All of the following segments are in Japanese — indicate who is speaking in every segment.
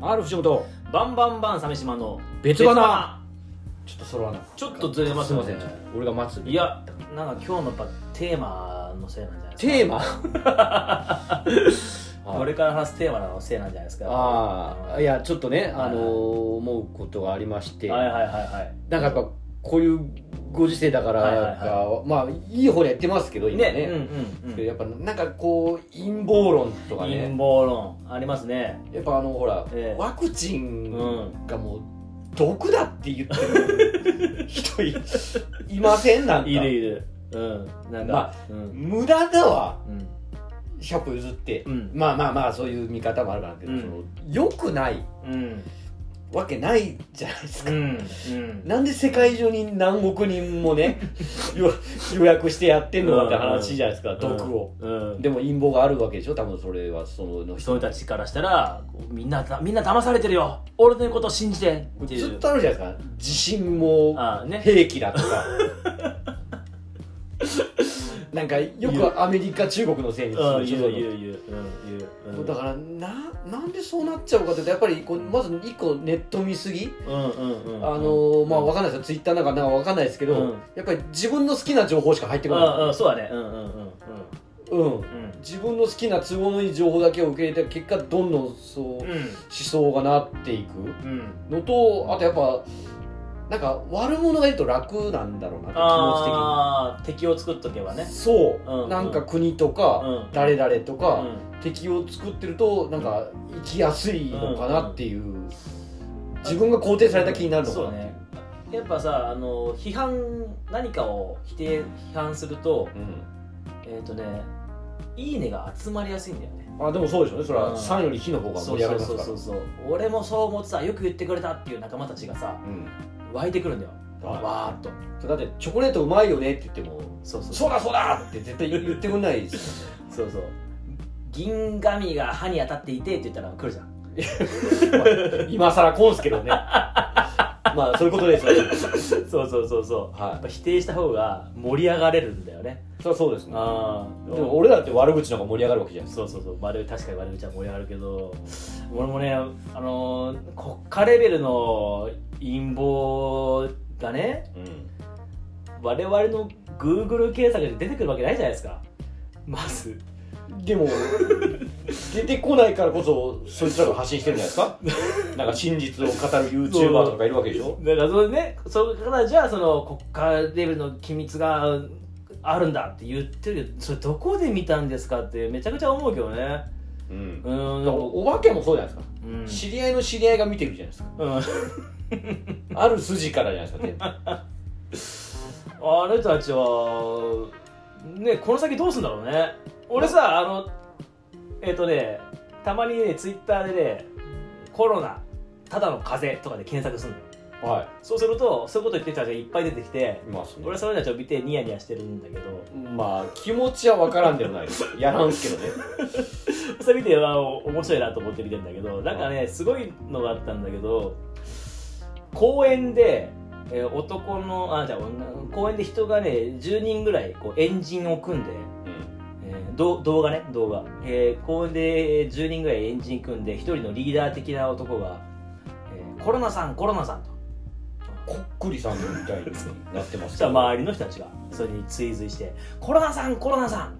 Speaker 1: R 藤本
Speaker 2: バンバンバン鮫島の
Speaker 1: 別花ちょっと揃わない
Speaker 2: ちょっとずれます
Speaker 1: すい
Speaker 2: よ
Speaker 1: ま
Speaker 2: ね
Speaker 1: せんちょっと俺が待つ
Speaker 2: いやなんか今日のやっぱテーマのせいなんじゃないですか
Speaker 1: テーマ
Speaker 2: これから話すテーマのせいなんじゃないですか
Speaker 1: ああいやちょっとね、あの
Speaker 2: はいはい
Speaker 1: 思うことがありまして、
Speaker 2: はいはいはいはい
Speaker 1: なんかやっぱこういうご時世だからか、
Speaker 2: はいはい
Speaker 1: まあいい方でやってますけど今ね
Speaker 2: ねうんうん、うん
Speaker 1: やっぱなんかこう陰謀論とか
Speaker 2: 陰
Speaker 1: ね
Speaker 2: 謀論ありますね
Speaker 1: やっぱあのほら、
Speaker 2: ええ
Speaker 1: ワクチ
Speaker 2: う
Speaker 1: ン
Speaker 2: ん
Speaker 1: がもう毒だって言ってる人 いいませんなんか
Speaker 2: いるいるうんなんか、
Speaker 1: まあ
Speaker 2: うん
Speaker 1: 無駄だわ
Speaker 2: うん
Speaker 1: 100譲って、
Speaker 2: うん
Speaker 1: まあまあまあそういう見方もあるからけど、
Speaker 2: うん
Speaker 1: その良くない
Speaker 2: うん
Speaker 1: わけないじゃないです
Speaker 2: う
Speaker 1: か、
Speaker 2: んうん
Speaker 1: なんで世界中に何億人も ね予予約してやってんのかって話じゃないですか、毒を、
Speaker 2: うん
Speaker 1: でも陰謀があるわけでしょ多分それはそのの
Speaker 2: 人たちからしたらみんなみんな騙されてるよ俺の言うことを信じてってい
Speaker 1: ずっ
Speaker 2: う
Speaker 1: とあるじゃないですか地震も
Speaker 2: ああね
Speaker 1: 兵器だと かなんかよくアメリカ中国のせいにする
Speaker 2: うん
Speaker 1: でし
Speaker 2: 言
Speaker 1: ょ
Speaker 2: う
Speaker 1: そう
Speaker 2: 言う
Speaker 1: いうの
Speaker 2: 言ううん言ううん
Speaker 1: だからななんでそうなっちゃうかというとやっぱりこうまず一個ネット見すぎ、
Speaker 2: うんうんうんうん
Speaker 1: あのーまあわかんないですよツイッターなんかなんかわかんないですけど、
Speaker 2: うん
Speaker 1: やっぱり自分の好きな情報しか入ってこ
Speaker 2: うんう
Speaker 1: なん
Speaker 2: そうだねうんうんうんうん
Speaker 1: い、うん、
Speaker 2: うん
Speaker 1: 自分の好きな都合のいい情報だけを受け入れた結果どんどんそう思想がなっていく
Speaker 2: うんうん
Speaker 1: のとあとやっぱなんか悪者がいると楽なんだろうなって気持ち的に。
Speaker 2: ああ敵を作っとけばね
Speaker 1: そう、
Speaker 2: うん
Speaker 1: なんか国とか、
Speaker 2: うん
Speaker 1: 誰々と
Speaker 2: う
Speaker 1: か、
Speaker 2: ん
Speaker 1: 敵を作ってるとなんか生きやすいのかなっていう、自分が肯定された気になるのか
Speaker 2: そう
Speaker 1: なっていう
Speaker 2: ねやっぱさあの批判何かを否定批判するとえっとねいいねが集まりやすいんだよね
Speaker 1: うんあでもそうでしょうねそれ
Speaker 2: う
Speaker 1: は
Speaker 2: ん
Speaker 1: 3より火の方が盛
Speaker 2: そう
Speaker 1: り上が
Speaker 2: そう
Speaker 1: ります
Speaker 2: そ
Speaker 1: か
Speaker 2: う
Speaker 1: ら
Speaker 2: そうそう俺もそう思ってたよく言ってくれたっていう仲間たちがさ
Speaker 1: うん
Speaker 2: 湧いてくるんだよ
Speaker 1: はい
Speaker 2: わーっと
Speaker 1: それだってチョコレートうまいよねって言っても
Speaker 2: そうそう
Speaker 1: そうだそうだって絶対言ってくんないです よ
Speaker 2: そうそう銀紙が歯に当たっていてって言ったら来るじゃ ん
Speaker 1: ね今更こんすけどねまあそういうことですよね
Speaker 2: そうそうそうそうや
Speaker 1: は
Speaker 2: っぱ否定した方が盛り上がれるんだよね
Speaker 1: いそれはそうですね
Speaker 2: ああ
Speaker 1: でも俺だって悪口の方が盛り上がるわけじゃないです
Speaker 2: そうそうそう悪い確かに悪口は盛り上がるけど俺もねあのー国家レベルの陰謀がね
Speaker 1: か、うん
Speaker 2: 我々の Google 検索で出てくるわけないじゃないですかまず
Speaker 1: でも出てこないからこそそいつらが発信してるんじゃないですかなんか真実を語る YouTuber とかいるわけでしょ
Speaker 2: だからそれねそれからじゃあその国家レベルの機密があるんだって言ってるけどそれどこで見たんですかってめちゃくちゃ思うけどね
Speaker 1: うん
Speaker 2: うーん
Speaker 1: お化けもそうじゃないですか、
Speaker 2: うん
Speaker 1: 知り合いの知り合いが見てるじゃないですか
Speaker 2: うん
Speaker 1: ある筋からじゃないですか全部
Speaker 2: あれたちはねこの先どうすんだろうね俺さあのえっ、とねたまにねツイッターでねコロナただの風邪とかで検索するの
Speaker 1: は
Speaker 2: そうするとそういうこと言ってる人たちがいっぱい出てきて
Speaker 1: いいますね
Speaker 2: 俺はその人たちを見てニヤニヤしてるんだけど
Speaker 1: まあ気持ちは分からんでもない ですやらんすけどね
Speaker 2: それ見てあの面白いなと思って見てんだけどなんかねすごいのがあったんだけど公園で、えー男のあじゃあ女の公園で人がね10人ぐらいこうエンジンを組んでえーどう動画ね動画、えー公園で10人ぐらいエンジン組んで1人のリーダー的な男が、えーコロナさんコロナさんと
Speaker 1: こっくりさんみたいになってま
Speaker 2: そ
Speaker 1: すけ
Speaker 2: した
Speaker 1: ど
Speaker 2: ら周りの人たちがそれに追随して「コロナさんコロナさん、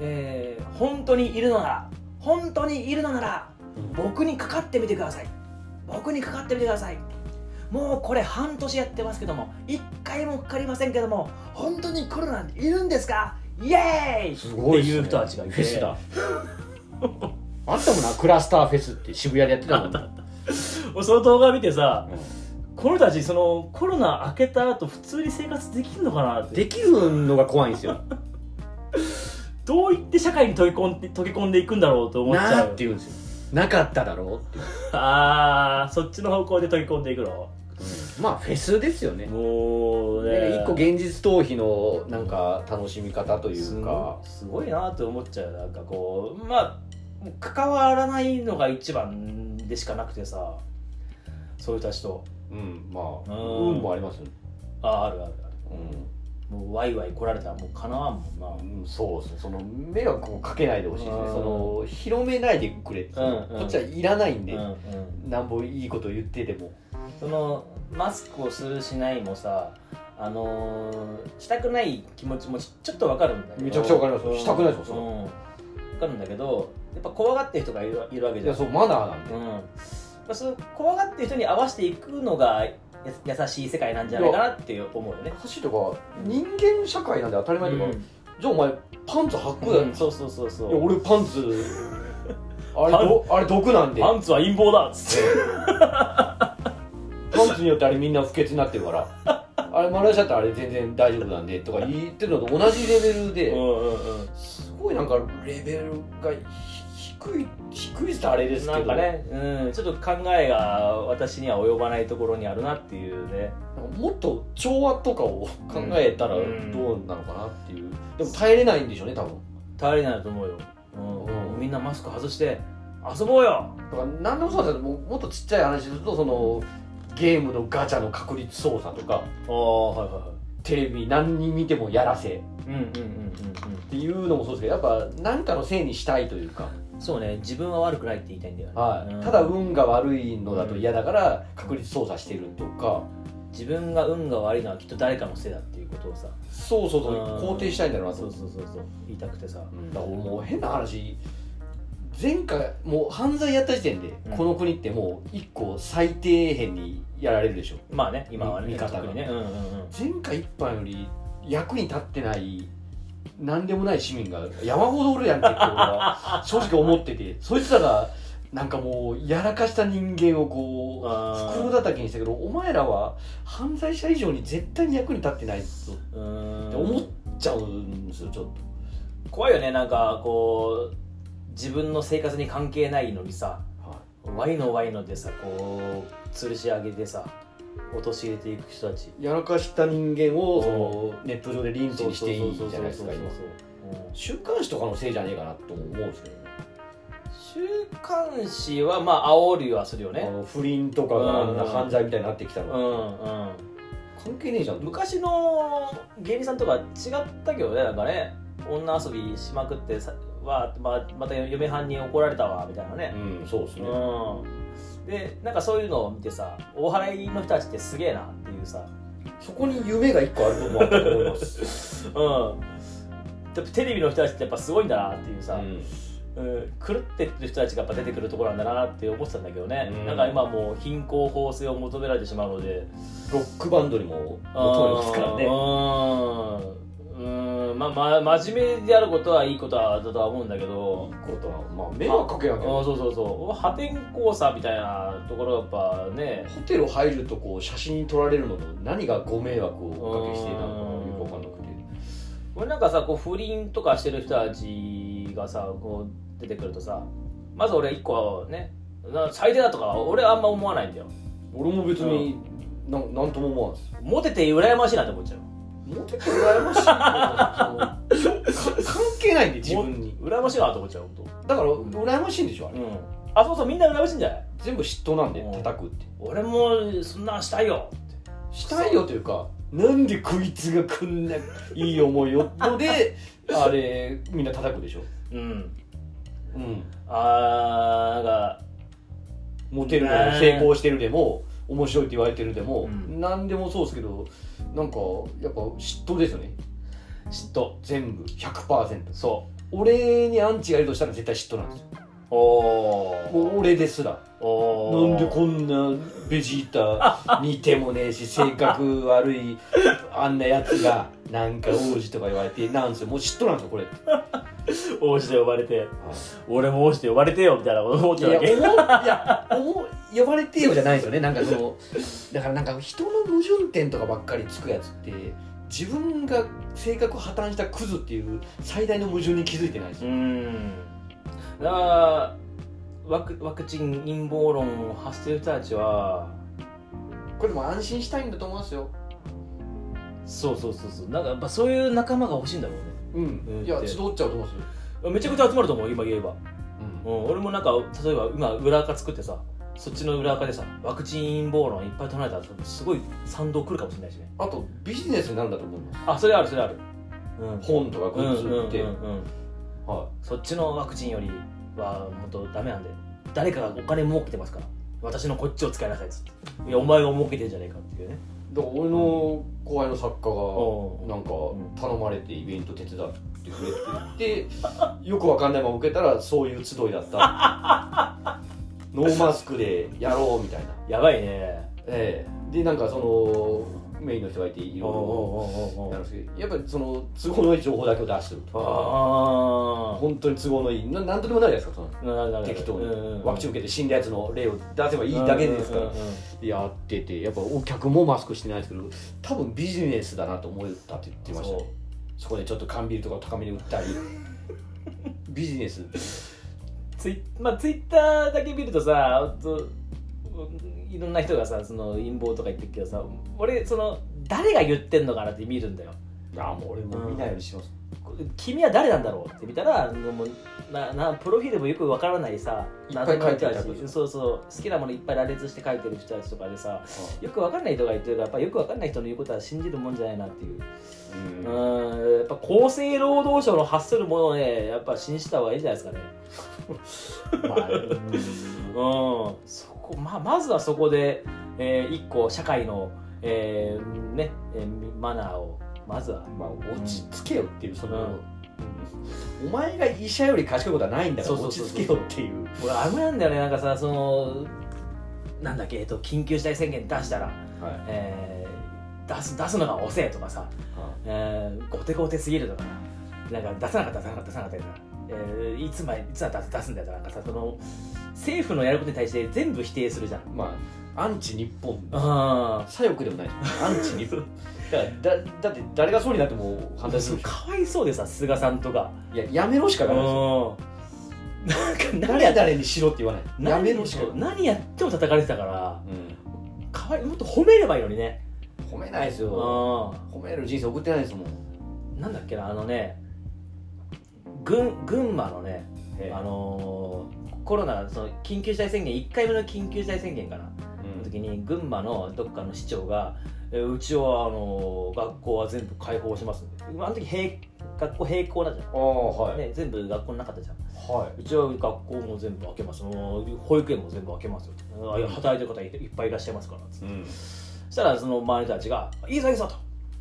Speaker 2: えー本当にいるのなら本当にいるのなら僕にかかってみてください僕にかかってみてくださいもうこれ半年やってますけども一回もかかりませんけども本当にコロナいるんですかイエーイ!」
Speaker 1: すごいっ
Speaker 2: って
Speaker 1: すね
Speaker 2: いう人たちがいて
Speaker 1: フェスだあんたもなクラスターフェスって渋谷でやってたもん、
Speaker 2: 俺その動画見てさ
Speaker 1: う
Speaker 2: この人たちそのコロナ明けた後普通に生活できるのかなっ
Speaker 1: ん
Speaker 2: て
Speaker 1: できるのが怖いんです よ
Speaker 2: どう言って社会に溶け込んで溶け込んでいくんだろうと思っち
Speaker 1: な
Speaker 2: ゃ
Speaker 1: あっ
Speaker 2: う
Speaker 1: て言うんですよなかっただろうっていう
Speaker 2: あーそっちの方向で溶け込んでいくの
Speaker 1: まあフェスですよね
Speaker 2: もうね
Speaker 1: ね一個現実逃避のなんか楽しみ方とい
Speaker 2: す
Speaker 1: う
Speaker 2: ご
Speaker 1: か
Speaker 2: いすごいなって思っちゃうなんかこうまあもう関わらないのが一番でしかなくてさそういう人たちと
Speaker 1: うんまあ
Speaker 2: うん
Speaker 1: 運もありますよね
Speaker 2: ああるあるある、もうワイワイ来られたらもうかなわんもんな
Speaker 1: うんそうですねその迷惑をかけないでほしいですね
Speaker 2: うん
Speaker 1: その広めないでくれって、
Speaker 2: うんうん
Speaker 1: こっちはいらないんで、
Speaker 2: うんうん、
Speaker 1: なんぼいいこと言ってでも
Speaker 2: そのマスクをするしないもさあのーしたくない気持ちもちちょっとわかるんだけど
Speaker 1: めちゃくちゃわかります
Speaker 2: うん
Speaker 1: したくないですよそれ
Speaker 2: うん、わかるんだけどやっぱ怖がってる人がいるいるわけ
Speaker 1: い
Speaker 2: じゃ
Speaker 1: や
Speaker 2: ん
Speaker 1: そうマナーなんで、
Speaker 2: うんまあ、その怖がってる人に合わせていくのがや優しい世界なんじゃないかなって思うよね
Speaker 1: 私とか
Speaker 2: うん
Speaker 1: 人間社会なんで当たり前とか、じゃあお前パンツ履くだろ、
Speaker 2: うんそうそうそうそ
Speaker 1: いや
Speaker 2: う
Speaker 1: 俺パンツあれどあれ毒なんで
Speaker 2: パンツは陰謀だっつって
Speaker 1: パンツによってあれみんな不潔になってるからあれマラシャってあれ全然大丈夫なんでとか言ってるのと同じレベルで、
Speaker 2: うん
Speaker 1: すごいなんかレベルがひ低い低いってあれですけど
Speaker 2: なんかね、うん、ちょっと考えが私には及ばないところにあるなっていうね
Speaker 1: もっと調和とかを考えたらどうなのかなっていう、でも耐えれないんでしょうね多分
Speaker 2: 頼りになると思うよ、うん
Speaker 1: うん
Speaker 2: みんなマスク外して遊ぼうよ
Speaker 1: だから何でもそうなんですよもうもっとちっちゃい話するとそのゲームのガチャの確率操作とか
Speaker 2: ああはいはいは
Speaker 1: テレビ何に見てもやらせっ
Speaker 2: いうんうんうん
Speaker 1: ていうのもそうですけどやっぱ何かのせいにしたいというか、
Speaker 2: うんうんそうね自分は悪くないって言いたいんだよね、
Speaker 1: はい
Speaker 2: うん
Speaker 1: ただ運が悪いのだと嫌だから確率操作してるとか、
Speaker 2: 自分が運が悪いのはきっと誰かのせいだっていうことをさ
Speaker 1: そうそうそう
Speaker 2: うん
Speaker 1: 肯定したいんだろうなと
Speaker 2: そ
Speaker 1: 思
Speaker 2: う
Speaker 1: って
Speaker 2: そうそうそう言いたくてさ
Speaker 1: うんだからもう変な話前回もう犯罪やった時点で、
Speaker 2: うん
Speaker 1: この国ってもう一個最底辺にやられるでしょ
Speaker 2: まあね今はね
Speaker 1: 見方が
Speaker 2: 特にねうんうんうん
Speaker 1: 前回一般より役に立ってない何でもない市民が山ほどおるやんけって俺は正直思って てそいつらがなんかもうやらかした人間をこう
Speaker 2: あー
Speaker 1: 袋叩きにしたけどお前らは犯罪者以上に絶対に役に立ってないぞっ
Speaker 2: うーん
Speaker 1: て思っちゃうんですよちょっと。
Speaker 2: 怖いよねなんかこう自分の生活に関係ないのにさ
Speaker 1: はい
Speaker 2: ワイのワイのでさこう吊るし上げてさ陥れていく人たち
Speaker 1: やらかした人間を
Speaker 2: うん
Speaker 1: そのネット上でリンチにしていいじゃないですか
Speaker 2: そう
Speaker 1: 今
Speaker 2: そうそううん
Speaker 1: 週刊誌とかのせいじゃねえかなとも思うんですけどね
Speaker 2: 週刊誌はまあ煽りはするよ
Speaker 1: あ
Speaker 2: ね
Speaker 1: の不倫とかがあんな犯罪みたいになってきた
Speaker 2: う
Speaker 1: の
Speaker 2: んうん
Speaker 1: 関係ねえじゃんと
Speaker 2: 昔の芸人さんとか違ったけどねなんかね女遊びしまくってさわーままた嫁はんに怒られたわみたいなね、
Speaker 1: うんそうですね
Speaker 2: うん、でなんかそういうのを見てさお笑いの人たちってすげえなっていうさ、
Speaker 1: そこに夢が一個あると思うと思います
Speaker 2: うん、でテレビの人たちってやっぱすごいんだなっていう
Speaker 1: う
Speaker 2: さ、うん
Speaker 1: ん
Speaker 2: 狂ってってる人たちがやっぱ出てくるところなんだなって思ってたんだけどね、
Speaker 1: うん
Speaker 2: なんか今もう貧困法制を求められてしまうので
Speaker 1: ロックバンドにも求めますからね
Speaker 2: うんうんまあ、ま真面目であることはいいことだとは思うんだけど、
Speaker 1: いいことはまあ迷惑かけなきゃ
Speaker 2: あ
Speaker 1: ホ
Speaker 2: そうそうそう破天荒さみたいなところがやっぱね
Speaker 1: テル入るとこう写真撮られるのと何がご迷惑をおかけしていたのかよくわかんなくて
Speaker 2: 俺なんかさこう不倫とかしてる人たちがさこう出てくるとさまず俺一個はねな最低だとか俺あんま思わないんだよ
Speaker 1: 俺も別になんなんとも思わんです
Speaker 2: モテて羨ましいなって思っちゃう
Speaker 1: モテて羨ましいけどその か関係ないんで自分に
Speaker 2: も羨ましいなって思っちゃう本
Speaker 1: だから羨ましいんでしょあ
Speaker 2: 当
Speaker 1: れ、
Speaker 2: うんあそうそうみんな羨ましいんじゃない
Speaker 1: 全部嫉妬なんで
Speaker 2: うん
Speaker 1: 叩くって
Speaker 2: 俺もそんなんしたいよって
Speaker 1: したいよというかなんでこいつがこんないい思いをのであれみんな叩くでしょ、
Speaker 2: うん
Speaker 1: うん、
Speaker 2: あーが
Speaker 1: モテるでも
Speaker 2: ね
Speaker 1: 成
Speaker 2: え
Speaker 1: 功してるでも面白いって言われてるでも、
Speaker 2: うん
Speaker 1: 何でもそうですけどなんかやっぱ嫉妬ですよね
Speaker 2: 嫉妬
Speaker 1: 全部100%
Speaker 2: そ
Speaker 1: 俺にアンチがいるとしたら絶対嫉妬なんですよ
Speaker 2: うおー
Speaker 1: もう俺ですら
Speaker 2: お
Speaker 1: なんで
Speaker 2: ん
Speaker 1: こんなベジータ似てもねえし性格悪いあんなやつがなんか王子とか言われてなんすよもう嫉妬なんですよこれ
Speaker 2: 王子で呼ばれて俺も王子で呼ばれてよみたいなこと思っ
Speaker 1: い
Speaker 2: ちゃう
Speaker 1: や
Speaker 2: わ
Speaker 1: 思ういや
Speaker 2: け
Speaker 1: 思う呼ばれてよじゃないですよねなんかそのだからなんか人の矛盾点とかばっかりつくやつって自分が性格破綻したクズっていう最大の矛盾に気づいてないです
Speaker 2: う
Speaker 1: よ
Speaker 2: んだからワクワクチン陰謀論を発してる人たちは
Speaker 1: これも安心したいんだと思いますよ
Speaker 2: そうそうそうそうなんかやっぱそういう仲間が欲しいんだろう
Speaker 1: うん、
Speaker 2: うん
Speaker 1: いや集っちゃうと思いますよ、
Speaker 2: ねめちゃくちゃ集まると思う今言えば、
Speaker 1: うん
Speaker 2: うん、俺もなんか例えば今裏垢作ってさそっちの裏垢でさワクチン陰謀論いっぱい唱えたらすごい賛同来るかもしれないしね
Speaker 1: あとビジネスになるんだと思います
Speaker 2: あそれあるそれあるうん
Speaker 1: 本とかグ
Speaker 2: うん
Speaker 1: ッ
Speaker 2: うんう
Speaker 1: ズ
Speaker 2: ん
Speaker 1: って、
Speaker 2: うん
Speaker 1: は
Speaker 2: そっちのワクチンよりはもっとダメなんで誰かがお金儲けてますから私のこっちを使いなさいっつっていやお前が儲けてんじゃねえかっていうね
Speaker 1: い、だから俺の後輩の作家が
Speaker 2: おう
Speaker 1: なんか
Speaker 2: ん
Speaker 1: 頼まれてイベント手伝ってくれって言っ てよくわかんないまま受けたらそういう集いだったノーマスクでやろうみたいな
Speaker 2: やばいね
Speaker 1: ええでなんかそのメインの人がいてい
Speaker 2: おうお
Speaker 1: ろ
Speaker 2: うお
Speaker 1: いうろや
Speaker 2: おう
Speaker 1: るんですけどやっぱりその都合のいい情報だけを出してると
Speaker 2: あ
Speaker 1: 本当に都合のいいななんとでもなるじゃないですかその
Speaker 2: あなるほど
Speaker 1: 適当
Speaker 2: うんうんう
Speaker 1: に
Speaker 2: ん
Speaker 1: ワクチン受けて死んだやつの例を出せばいいだけですから
Speaker 2: うんうんうんうん
Speaker 1: やっててやっぱお客もマスクしてないですけど多分ビジネスだなと思ったって言ってましたねそこでちょっと缶ビールとかを高めに売 ったりビジネス
Speaker 2: ツイ,、まあ、ツイッターだけ見るとさほんといろんな人がさその陰謀とか言ってるけどさ俺その誰が言ってんのかなって見るんだよ
Speaker 1: ああもう俺も見ないようにします、
Speaker 2: 君は誰なんだろうって見たらもうななプロフィールもよくわからないさ
Speaker 1: いっぱい書いてある
Speaker 2: 謎の人たちそうそう好きなものいっぱい羅列して書いてる人たちとかでさよくわかんない人が言ってるからやっぱよくわかんない人の言うことは信じるもんじゃないなっていうう
Speaker 1: うん
Speaker 2: んやっぱ厚生労働省の発するものをねやっぱ信じた方がいいんじゃないですかね
Speaker 1: まあうん
Speaker 2: うん、そこまあまずはそこで、えー一個社会の、えーねえーマナーをまずは
Speaker 1: まあ落ち着けよっていうその、
Speaker 2: うん
Speaker 1: お前が医者より賢いことはないんだから
Speaker 2: そう
Speaker 1: 落
Speaker 2: そ
Speaker 1: ち
Speaker 2: うそう
Speaker 1: 着
Speaker 2: そう
Speaker 1: けよっていう
Speaker 2: 俺あれなんだよねなんかさそのなんだっけ、えっと、緊急事態宣言出したら、
Speaker 1: はい
Speaker 2: えー出す出すのが遅えとかさ、えー、後手後手すぎるとかななんか出さなかった出さなかった出さなかったやつえーいつまでいつは出す出すんだよとかなんかさその政府のやることに対して全部否定するじゃん。
Speaker 1: まあアンチ日本
Speaker 2: あ
Speaker 1: 左翼でもないアンチ日本だからだだって誰がそうになっても反対するでしょ
Speaker 2: かわいそうでさ菅さんとか
Speaker 1: いややめろしかないですよ
Speaker 2: うんなんか何や
Speaker 1: 誰々にしろって言わないやめろしかない、
Speaker 2: 何やっても叩かれてたから
Speaker 1: うん
Speaker 2: かわいもっと褒めればいいのにね
Speaker 1: 褒めないです
Speaker 2: う
Speaker 1: よ
Speaker 2: ん
Speaker 1: 褒める人生送ってないですもん
Speaker 2: なんだっけなあのね群群馬のね、
Speaker 1: ええ
Speaker 2: あのーコロナその緊急事態宣言1回目の緊急事態宣言かな
Speaker 1: うん
Speaker 2: の時に群馬のどっかの市長がえーうちはあのー学校は全部開放しますんであの時閉学校閉校だじゃ
Speaker 1: ああは
Speaker 2: ん、
Speaker 1: い、
Speaker 2: ね、全部学校なかったじゃん
Speaker 1: は
Speaker 2: うちは学校も全部開けますもう保育園も全部開けますよあいや働いてる方いっぱいいらっしゃいますからつって
Speaker 1: い、うん、
Speaker 2: そしたらその周りの人たちが「いいぞいいぞ」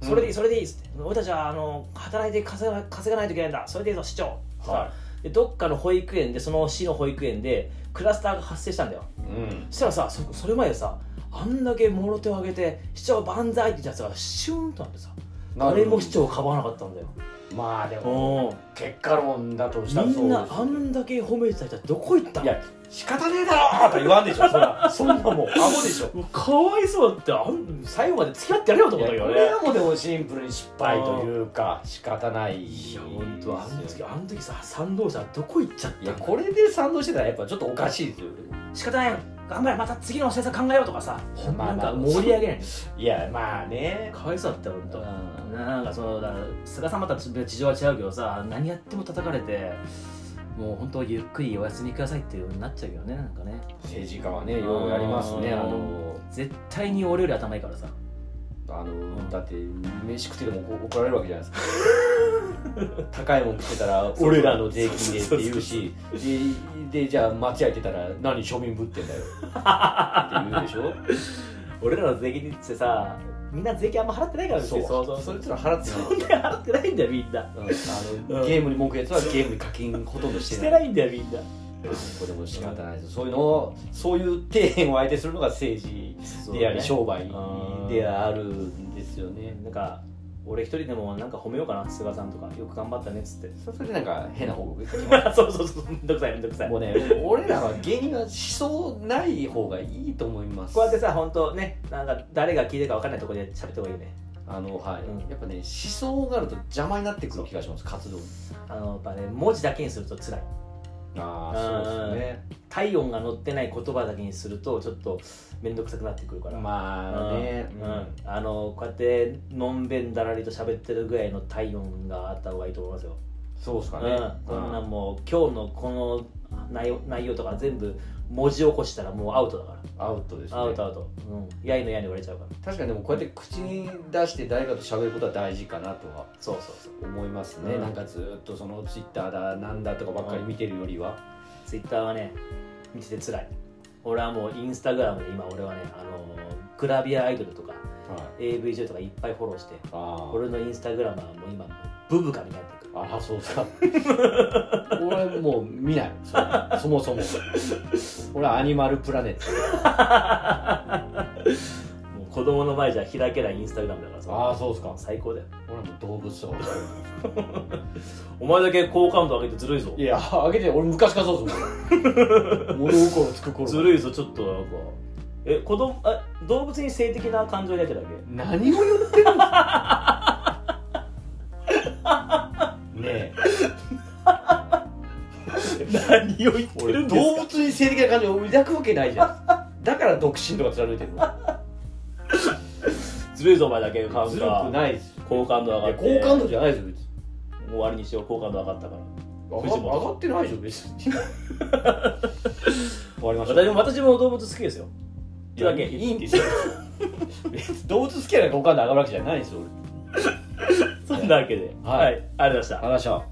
Speaker 2: と「それでいいそれでいい」っつって「俺たちはあの働いて稼が稼がないといけないんだそれでいいぞ市長」
Speaker 1: は
Speaker 2: でどっかの保育園でその市の保育園でクラスターが発生したんだよ
Speaker 1: い、うん
Speaker 2: そしたらさそそれまでさあんだけもろ手を挙げて市長万歳って言ったやつがシューンとなってさ誰も市長をかばわなかったんだよ
Speaker 1: まあでも
Speaker 2: うん
Speaker 1: 結果論だとしたらそうです
Speaker 2: みんなあんだけ褒めてた人はどこ行ったの
Speaker 1: いや仕方ねえだろとか言わんでしょ そらそんなもんアホでしょ
Speaker 2: もうかわいそうだってあん最後まで付き合ってやれよと
Speaker 1: い
Speaker 2: 思
Speaker 1: やこ
Speaker 2: ったけどね
Speaker 1: れはもうでもシンプルに失敗というか仕方ない
Speaker 2: いや本当あの時あの時さ賛同者どこ行っちゃっ
Speaker 1: い
Speaker 2: た
Speaker 1: や
Speaker 2: の
Speaker 1: これで賛同してたらやっぱちょっとおかしいですよ
Speaker 2: 仕方ない頑張れまた次の政策考えようとかさほん
Speaker 1: まあまあ
Speaker 2: なんか盛り上げない
Speaker 1: いやまあね
Speaker 2: かわいそうだった本
Speaker 1: う
Speaker 2: 当
Speaker 1: ん
Speaker 2: なんかそのだから菅さんまた事情は違うけどさ何やっても叩かれてもう本当ゆっくりお休みくださいっていうようになっちゃうけどねなんかね
Speaker 1: 政治家はねようやりますね
Speaker 2: うん
Speaker 1: あの
Speaker 2: 絶対に俺より頭いいからさ
Speaker 1: あのだって飯食ってでもこう怒られるわけじゃないですか 高いもん食ってたら
Speaker 2: そう
Speaker 1: 俺らの税金でって言う
Speaker 2: そう
Speaker 1: しででじゃあ町焼いてたら何庶民ぶってんだよって言うでしょ
Speaker 2: 俺らの税金ってさみんな税金あんま払ってないからね
Speaker 1: そう
Speaker 2: そうそう
Speaker 1: そいつら払ってない
Speaker 2: そんなに払ってないんだよみんな
Speaker 1: うんあ
Speaker 2: うん
Speaker 1: のゲームに文句言うやつはゲームに課金ほとんどして
Speaker 2: し
Speaker 1: ない
Speaker 2: てないんだよみんな
Speaker 1: これも仕方ないですそういうのをそういう底辺を相手するのが政治であり商売であるんですよね
Speaker 2: なんか俺一人でもなんか褒めようかな菅さんとかよく頑張ったねっつって
Speaker 1: それでなんか変な報告
Speaker 2: そうそうそうめんどくさいめんどくさい
Speaker 1: もうね俺らは芸人は思想ない方がいいと思います
Speaker 2: こうやってさ本当ねなんか誰が聞いてるか分かんないところで喋った方がいいね
Speaker 1: あのはい、
Speaker 2: うん
Speaker 1: やっぱね思想があると邪魔になってくる気がします活動に
Speaker 2: あのやっぱね文字だけにすると辛い
Speaker 1: あ
Speaker 2: あ
Speaker 1: あそうです
Speaker 2: 体温が乗ってない言葉だけにするとちょっとめんどくさくなってくるから
Speaker 1: ねまあね
Speaker 2: うんあのこうやってのんべんだらりと喋ってるぐらいの体温があった方がいいと思いますよ
Speaker 1: そうですかね、
Speaker 2: うん、こんなんもう今日のこの内容内容とか全部文字起こしたらもうアウトだか
Speaker 1: アウトですね
Speaker 2: らアウトアウト、うん、やいのやいの言われちゃうから
Speaker 1: 確かにでもこうやって口に出して誰かと喋ることは大事かなとは
Speaker 2: そうそうそう
Speaker 1: 思いますね、
Speaker 2: うん
Speaker 1: なんかずっとそのツイッターだなんだとかばっかり見てるよりは、
Speaker 2: ツイッターはね見てて辛い俺はもうインスタグラムで今俺はねあのグラビアアイドルとか
Speaker 1: はい
Speaker 2: AV 女優とかいっぱいフォローして
Speaker 1: あー
Speaker 2: 俺のインスタグラムはもう今もうブブカになってる
Speaker 1: ああそうですか俺もう見ないそれそもそも俺はアニマルプラネット
Speaker 2: もう子供の前じゃ開けないインスタグラムだからさ
Speaker 1: ああそうですか
Speaker 2: 最高だよ
Speaker 1: 俺はもう動物とか
Speaker 2: お前だけ好感度上げてずるいぞ
Speaker 1: いやあげて俺昔からそうですもん物心つく頃
Speaker 2: ずるいぞちょっとなんかえ子供あ動物に性的な感情抱いてるだけ
Speaker 1: 何を言ってるんですかねえ
Speaker 2: 何を言って
Speaker 1: 俺動物に性的な感情を抱くわけないじゃんだから独身とか貫いてるの
Speaker 2: ずるいぞお前だけ感
Speaker 1: ずるく
Speaker 2: が
Speaker 1: ないですよ
Speaker 2: 好感度上
Speaker 1: い
Speaker 2: が
Speaker 1: や
Speaker 2: って
Speaker 1: 好感度じゃないですよ別に
Speaker 2: もう終わりにしよう好感度上がったから
Speaker 1: 上が
Speaker 2: 藤本
Speaker 1: 上がってないでしょ別に終わりました
Speaker 2: 私も私も動物好きですよ
Speaker 1: いやいいんですよ別に 動物好きやなんかお金上がるわけじゃないですよ俺
Speaker 2: そんなわけで
Speaker 1: は
Speaker 2: はいい、ありがとうございました
Speaker 1: 話は